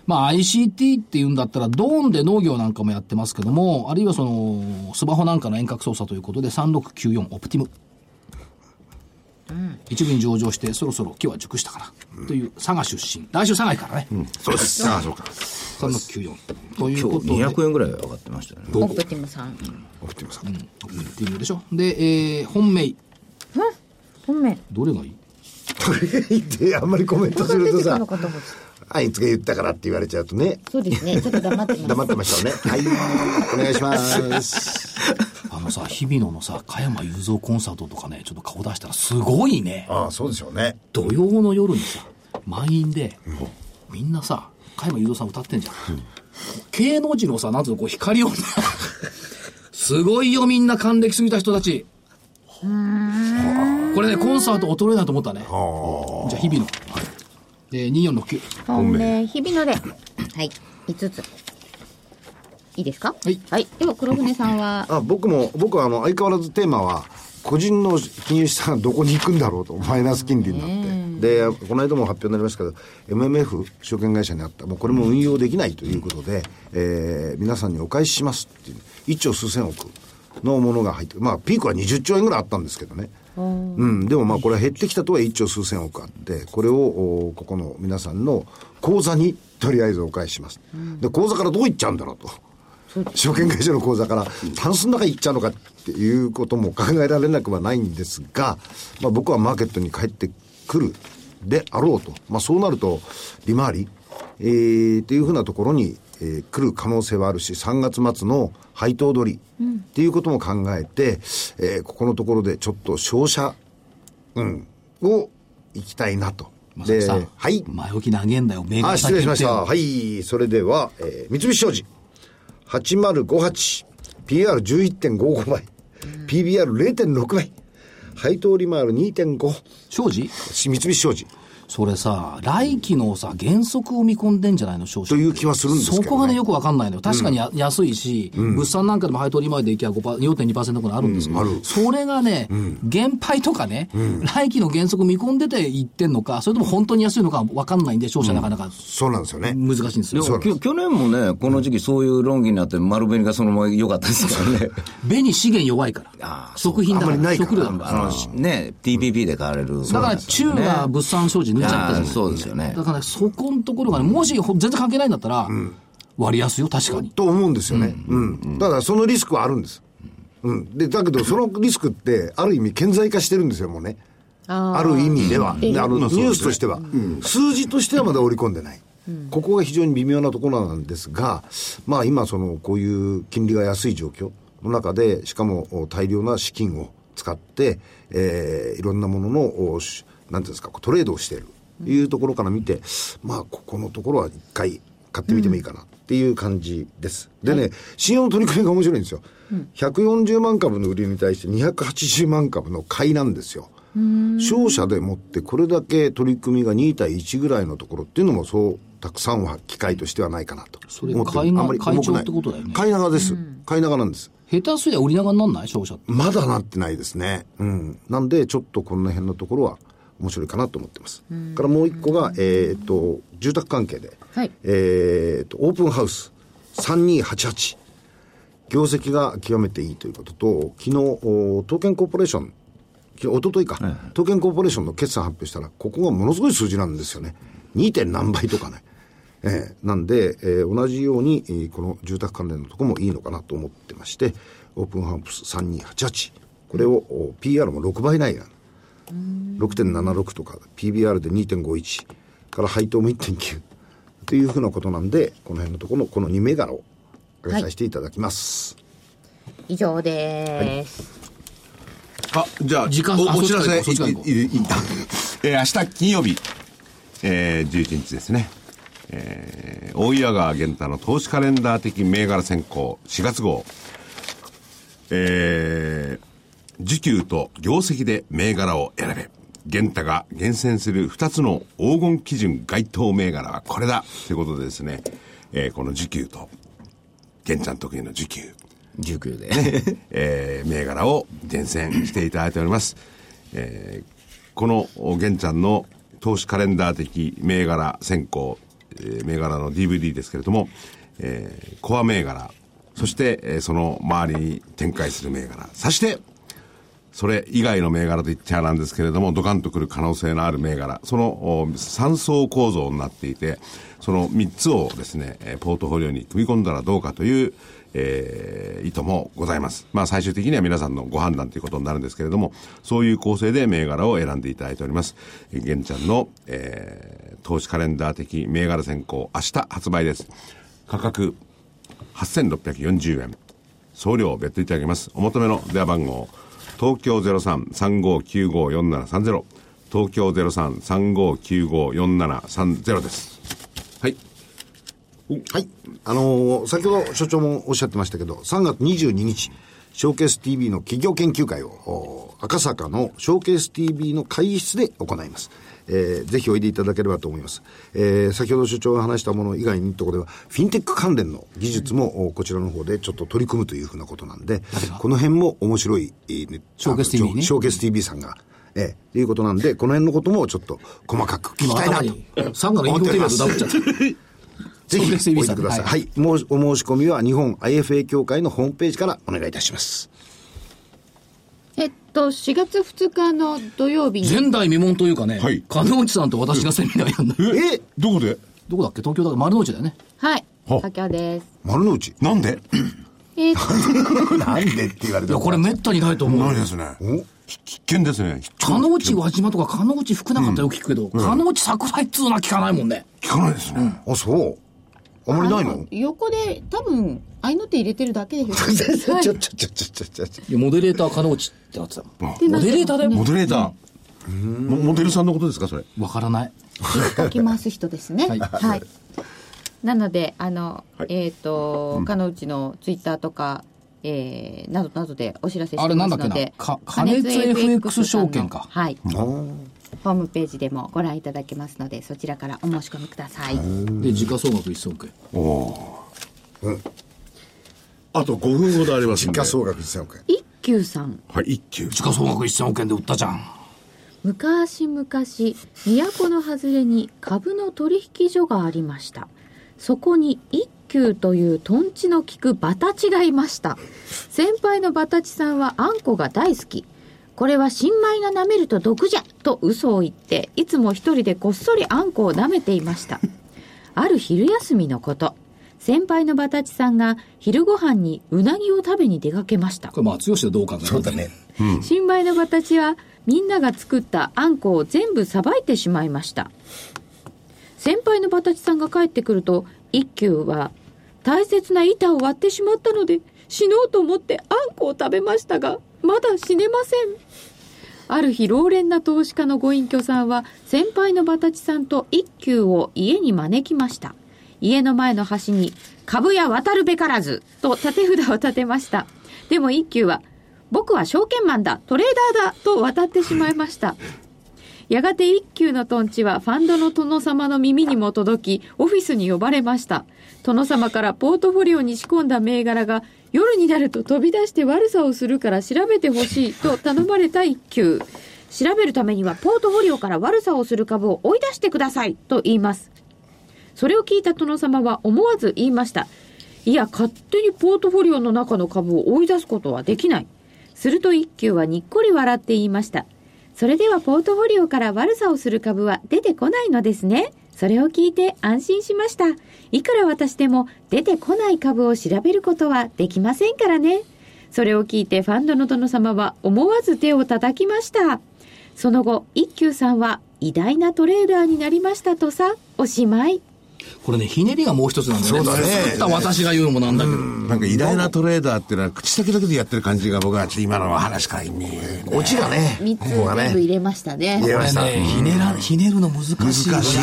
まあ、ICT っていうんだったら、ドーンで農業なんかもやってますけども、あるいはその、スマホなんかの遠隔操作ということで、3694オプティム。一部に上場して、そろそろ木は熟したから、という佐賀出身。来週佐賀行くからね。そうです。ああ、そうか。三六九四という今こと日で、オプ200円ぐらい上がってましたよねオプティムさん。ティムでしょ。で、えー、本命本命。どれがいい？とりあえずあんまりコメントするここが出とさてくるのかと思って、あいつが言ったからって言われちゃうとね、そうですね。ちょっと黙ってます。黙ってました よね。はい。お願いします。あのさ日比野のさ加山雄三コンサートとかねちょっと顔出したらすごいね。ああ、そうでしょうね。土曜の夜にさ満員で、みんなさ加山雄三さん歌ってんじゃん。芸能人のさなん つうのこう光をすごいよみんな還暦すぎた人たち。これねコンサート衰えないと思ったね。じゃあ日比野。で2469。本命、日々ので。はい。5つ。いいですかはいでは、黒船さんは、あ僕も、僕はあの相変わらずテーマは、個人の金融資産はどこに行くんだろうと、マイナス金利になって。で、この間も発表になりましたけど、MMF、証券会社にあった、もうこれも運用できないということで、えー皆さんにお返ししますっていう、1兆数千億のものが入って、まあ、ピークは20兆円ぐらいあったんですけどね。うん、でもまあこれは減ってきたとは1兆数千億あって、これをおここの皆さんの口座にとりあえずお返しします。で、口座からどういっちゃうんだろうと。証券会社の口座からタンスの中に行っちゃうのかっていうことも考えられなくはないんですが、まあ、僕はマーケットに帰ってくるであろうと、まあ、そうなると利回り、えー、っていうふうなところに、えー来る可能性はあるし3月末の配当取りっていうことも考えて、えーここのところでちょっと商社、うん、を行きたいなと。まさできさん、はい前置き投げんだよ、銘柄あ、失礼しまし先た。言ってはい。それでは、えー三菱商事。8058。PR11.55 倍。PBR0.6 倍。配当利回り2.5。庄司し三菱商事。それさ、来期のさ、減速を見込んでんじゃないの、商社。という気はするんですけどねそこがね、よくわかんないのよ。確かにや、安いし、物産なんかでも配当利回りでいきゃ5パー4.2%ぐらいあるんですけど、それがね、減配とかね、来期の減速見込んでていってんのか、それとも本当に安いのかわかんないんで、商社なかなかそうなんですよね。難しいんですよ。そうなんですきょ去年もね、この時期そういう論議になって、丸紅がそのまま良かったですからね。紅資源弱いからあ。ー食品だかあんまら、りないか食ら料だから。 あの、ね、TPP で買われる。だから中が物産商事抜いちゃったじゃいん。やーそうですよねだからそこのところがね、もしほ全然関係ないんだったら、割安よ、確かに。と思うんですよね。うん。ただ、そのリスクはあるんです。うん。で、だけど、そのリスクって、ある意味、顕在化してるんですよ、もうね。あーある意味では、であのニまあそうですねュースとしては、数字としてはまだ織り込んでない、ここが非常に微妙なところなんですが、まあ、今その、こういう金利が安い状況の中で、しかもお大量な資金を使って、えーいろんなものの、おしなんていうんですか、トレードをしているというところから見て、まあ、ここのところは一回買ってみてもいいかなっていう感じです。でね、信用の取り組みが面白いんですよ。140万株の売りに対して280万株の買いなんですよ。商社でもってこれだけ取り組みが2対1ぐらいのところっていうのもそうたくさんは機会としてはないかなとそれ思って買いなあんまり重くない会長ってことだよね買い長です、買い長なんです下手すりゃ売りながになんない商社って。まだなってないですね。うん。なんで、ちょっとこの辺のところは面白いかなと思ってます。からもう一個が、えーっと、住宅関係で、はいえーっと、オープンハウス3288。業績が極めていいということと、昨日、お東建コーポレーション、昨日一昨日か、東建コーポレーションの決算発表したら、ここがものすごい数字なんですよね。2. 点何倍とかね。ええなんで、えー同じように、えーこの住宅関連のとこもいいのかなと思ってまして、オープンハウス3288。これを、お PR も6倍ないな。6.76とか、PBR で2.51から配当も1.9というふうなことなんで、この辺のところのこの2銘柄を挙げさせていただきます。以上です、あ、じゃあ、時間あおお知らせ、いそっちから行こうい いいいえー明日金曜日、えー、11日ですね。えー、大岩川源太の投資カレンダー的銘柄選考4月号。えー、時給と業績で銘柄を選べ。源太が厳選する2つの黄金基準該当銘柄はこれだということでですね、えーこの時給と、源ちゃん得意の時給。 19で。 えー銘柄を厳選していただいております。えーこの、お玄ちゃんの投資カレンダー的銘柄選考、えー銘柄の DVD ですけれども、えーコア銘柄、そして、えーその周りに展開する銘柄、そして、それ以外の銘柄と言っちゃなんですけれども、ドカンとくる可能性のある銘柄、そのお三層構造になっていて、その3つをですね、えーポートフォリオに組み込んだらどうかという、えー意図もございます。まあ最終的には皆さんのご判断ということになるんですけれども、そういう構成で銘柄を選んでいただいております。えー玄ちゃんの、えー投資カレンダー的銘柄選考、明日発売です。価格8640円。送料を別途いただきます。お求めの電話番号、東京03-3595-4730、東京03-3595-4730です。はい。はい。あのー先ほど所長もおっしゃってましたけど、3月22日、ショーケース TV の企業研究会を、お赤坂のショーケース TV の会議室で行います。えーぜひおいでいただければと思います。えー先ほど所長が話したもの以外のところでは、フィンテック関連の技術も、おこちらの方でちょっと取り組むというふうなことなんで、この辺も面白い、えーねショーケース TV ねあのショーケース TV さんが、えーということなんで、この辺のこともちょっと細かく聞きたいな頭とに。サンガのインフォテレビューとダブっちゃった。ぜひ、おそうですいてください。ははいい。もうお申し込みは、日本 IFA 協会のホームページからお願いいたします。えっと4月2日の土曜日に前代未聞というかね、はい金内さんと私がセミナーや んだ。えどこでどこだっけ東京だから丸の内だよね。はいは先ほどです丸の内なんでえっと なんでって言われいてや、もこれめったにないと思なうい。ですね。必見ですね。金内輪島とか金内福永ってよく聞くけど、金内桜井っつうのは聞かないもんね。聞かないですね。あ、そう。あまりないあの横で多分合いの手入れてるだけです ちょちょちょちょちょちょちょ。いや、モデレーター金内ってなってたもん。モデレーターだよ。モデレーター。モモデルさんのことですかそれ。わからない。書き回す人ですねはいはいなのであの、はいえっ、と、かのうちのツイッターとか、えー、などなどでお知らせしてあれなまんすだっけのなでか加熱 FX 証券かはいあーホームページでもご覧いただけますのでそちらからお申し込みくださいで、時価総額1000億円。あと5分ほどあります実家総額1000億円。一休さんはい、一級。時価総額1000億円で売ったじゃん。昔々都の外れに株の取引所がありましたそこに一休というトンチの利くバタチがいました先輩のバタチさんはあんこが大好きこれは新米が舐めると毒じゃと嘘を言っていつも一人でこっそりあんこを舐めていましたある昼休みのこと先輩のバタチさんが昼ご飯にうなぎを食べに出かけましたこれ、松吉でどう考えそうだね。新米の形はみんなが作ったあんこを全部さばいてしまいました先輩のバタチさんが帰ってくると一休は大切な板を割ってしまったので死のうと思ってあんこを食べましたがまだ死ねませんある日老練な投資家のご隠居さんは先輩のバタチさんと一休を家に招きました家の前の橋に「株や渡るべからず」と立て札を立てましたでも一休は「僕は証券マンだトレーダーだと渡ってしまいました。やがて一級のトンチはファンドの殿様の耳にも届き、オフィスに呼ばれました。殿様からポートフォリオに仕込んだ銘柄が、夜になると飛び出して悪さをするから調べてほしいと頼まれた一級。調べるためにはポートフォリオから悪さをする株を追い出してくださいと言います。それを聞いた殿様は思わず言いました。いや、勝手にポートフォリオの中の株を追い出すことはできない。すると一休はにっこり笑って言いました。それではポートフォリオから悪さをする株は出てこないのですね。それを聞いて安心しました。いくら私でも出てこない株を調べることはできませんからね。それを聞いてファンドの殿様は思わず手を叩きました。その後、一休さんは偉大なトレーダーになりましたとさ、おしまい。これね、ひねりがもう一つなんだよね。そうだね作った私が言うのもなんだけど。なんか偉大なトレーダーっていうのは口先だけでやってる感じが僕はちょっと今の話から意味オチがね3つここが全部ね入れましたね。入れこまれしたね、ひねら、ひねるの難しいよね。難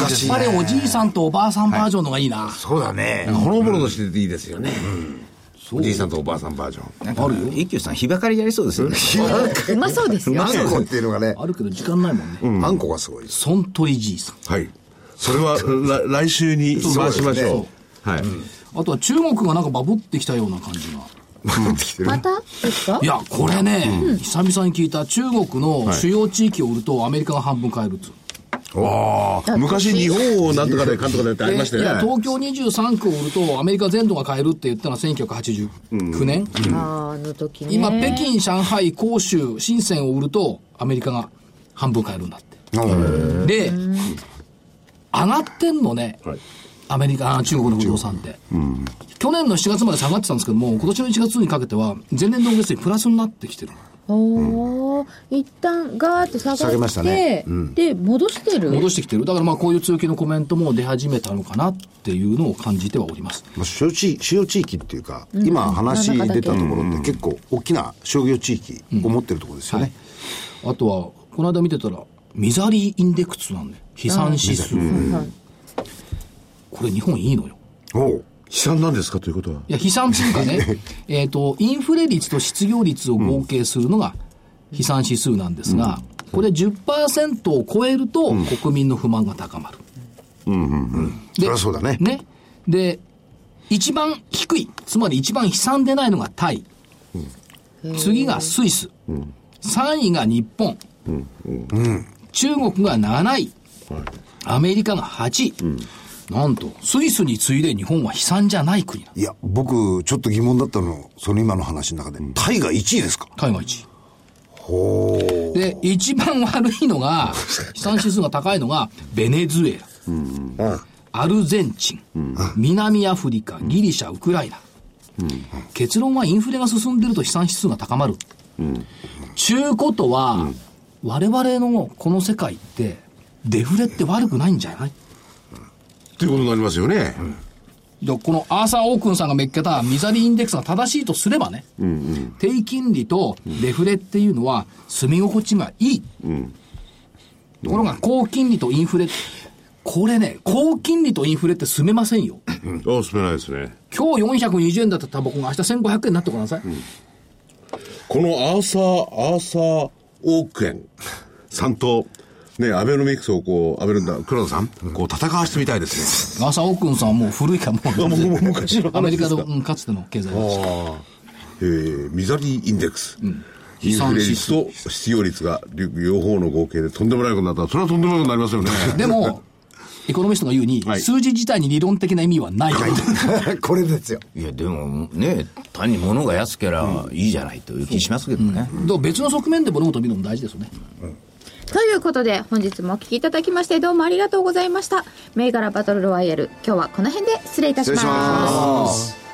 しいやっぱりおじいさんとおばあさんバージョンのがいいな。そうだねほのぼのとしてていいですよね、おじいさんとおばあさんバージョン なんか一休さん、ひばかりやりそうですよ ね。うまそうですよ。あんこっていうのがねあるけど時間ないもんね。あんこがすごいですそんとりじいさん。はいそれ はら来週に回しましょうはい、あとは中国がなんかバブってきたような感じが。回ってきてるまたですかいや、これね、久々に聞いた中国の主要地域を売るとアメリカが半分買えるっつう。ああ昔日本をなんとかで監督でってありましたいやよね東京23区を売るとアメリカ全土が買えるって言ったのは1989年、あーあの時ね。今北京上海広州深センを売るとアメリカが半分買えるんだってで上がってんのね、はいアメリカあ中国の不動産って、去年の7月まで下がってたんですけども今年の1月にかけては前年同月にプラスになってきてるおー一旦ガーって下がって下げましたねで戻してる戻してきてるだからまあこういう通気のコメントも出始めたのかなっていうのを感じてはおりますまあ主要地主要地域っていうか、今話出たところって結構大きな商業地域を持ってるところですよね、あとはこの間見てたらミザリーインデックスなんで飛散指数、はいこれ日本いいのよおう悲惨なんですかということはいや、飛散というかね、 えっと、インフレ率と失業率を合計するのが飛散指数なんですが、これ10%を超えると国民の不満が高まる。そりゃそうだねね。で、一番低い、つまり一番悲惨でないのがタイ。次がスイス。3位が日本。中国が7位。アメリカが8位。なんと、スイスに次いで日本は悲惨じゃない国なのいや僕ちょっと疑問だったのその今の話の中で、タイが1位ですか海外一位。で、一番悪いのが、飛散指数が高いのが、ベネズエラ、 アルゼンチン、南アフリカ、ギリシャ、ウクライナ。結論はインフレが進んでると飛散指数が高まる。ちゅうことは、我々のこの世界って、デフレって悪くないんじゃないということになりますよね、でこのアーサー・オークンさんがめっけたミザリーインデックスが正しいとすればね、低金利とデフレっていうのは住み心地がいい、ところが高金利とインフレこれね高金利とインフレって住めませんよああ進めないですね今日420円だったタバコが明日1500円になってごらんなさい、このアーサー、アーサー・オークエンさんと、ね、アベノミクスをこう、アベノ、黒田さん、こう戦わしてみたいですアーサー・オークンさんはもう古いからもうね。もう昔のアメリカの。の、うんかつての経済学者えー、ミザリーインデックス。インフレ率と失業率が両両方の合計でとんでもないことになったら、それはとんでもないことになりますよね。でもエコノミストが言うに、はい数字自体に理論的な意味はないと、これですよいや、でもね、単に物が安けりゃいいじゃないという気しますけどね。だから別の側面で物事を見るのも大事ですよね、ということで本日もお聞きいただきましてどうもありがとうございました銘柄バトルロワイヤル今日はこの辺で失礼いたします失礼します